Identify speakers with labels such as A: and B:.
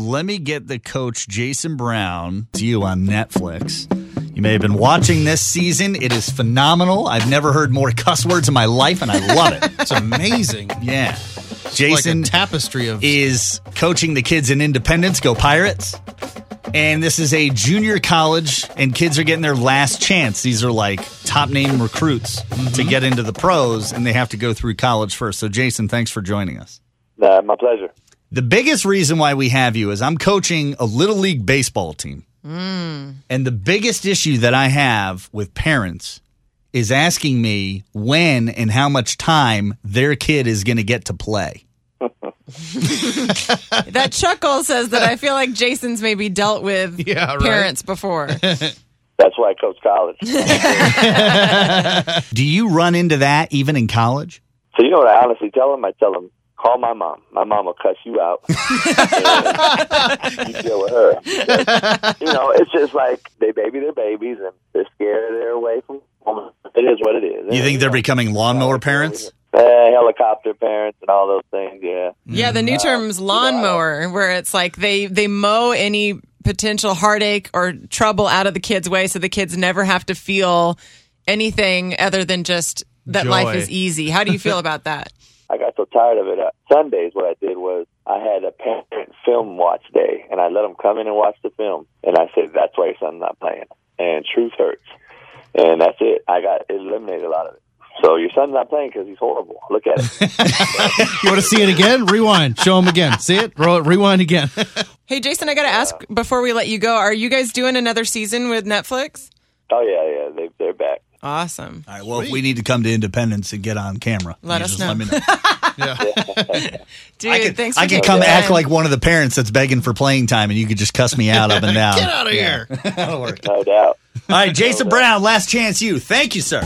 A: Let me get the coach, Jason Brown, to you on Netflix. You may have been watching this season. It is phenomenal. I've never heard more cuss words in my life, and I love it.
B: It's amazing.
A: Yeah.
B: like
A: Jason
B: a tapestry of
A: is coaching the kids in Independence, go Pirates. And this is a junior college, and kids are getting their last chance. These are like top name recruits
B: Mm-hmm.
A: to get into the pros, and they have to go through college first. So, Jason, thanks for joining us.
C: Uh, my pleasure.
A: The biggest reason why we have you is I'm coaching a little league baseball team.
D: Hmm.
A: And the biggest issue that I have with parents is asking me when and how much time their kid is going to get to play.
D: That chuckle says that I feel like Jason's maybe dealt with
B: Yeah, right.
D: parents before.
C: That's why I coach college. so
A: Do you run into that even in college?
C: you know what I honestly tell them? I tell them, call my mom. My mom will cuss you out. And you deal with her. But, you know, it's just like they baby their babies and they're scared they're away from home. It is what it is.
A: You think they're becoming lawnmower parents?
C: Eh, helicopter parents and all those things? Yeah.
D: Yeah, the new term is lawnmower, where it's like they they mow any potential heartache or trouble out of the kids' way, so the kids never have to feel anything other than just that
B: Joy.
D: life is easy. How do you feel about that?
C: I got so tired of it. Uh, Sundays, what I did was I had a parent film watch day, and I let them come in and watch the film. And I said, "That's why your son's not playing." And truth hurts, and that's it. I got eliminated a lot of it. So your son's not playing because he's horrible. Look at it.
B: You want to see it again? Rewind. Show them again. See it? Roll it. Rewind again.
D: Hey, Jason, I got to ask before we let you go: Are you guys doing another season with Netflix?
C: oh yeah, yeah, they, they're back.
D: Awesome.
A: All right, well, if we need to come to Independence and get on camera,
D: Let
A: you
D: us
A: just
D: know.
A: me know.
D: Dude,
A: I could,
D: thanks. For
A: I could
D: taking
A: come
D: the
A: act
D: time.
A: like one of the parents that's begging for playing time, and you could just cuss me out up and down.
B: Get out of here.
C: No doubt.
A: All right, Jason Brown, last chance you. Thank you, sir.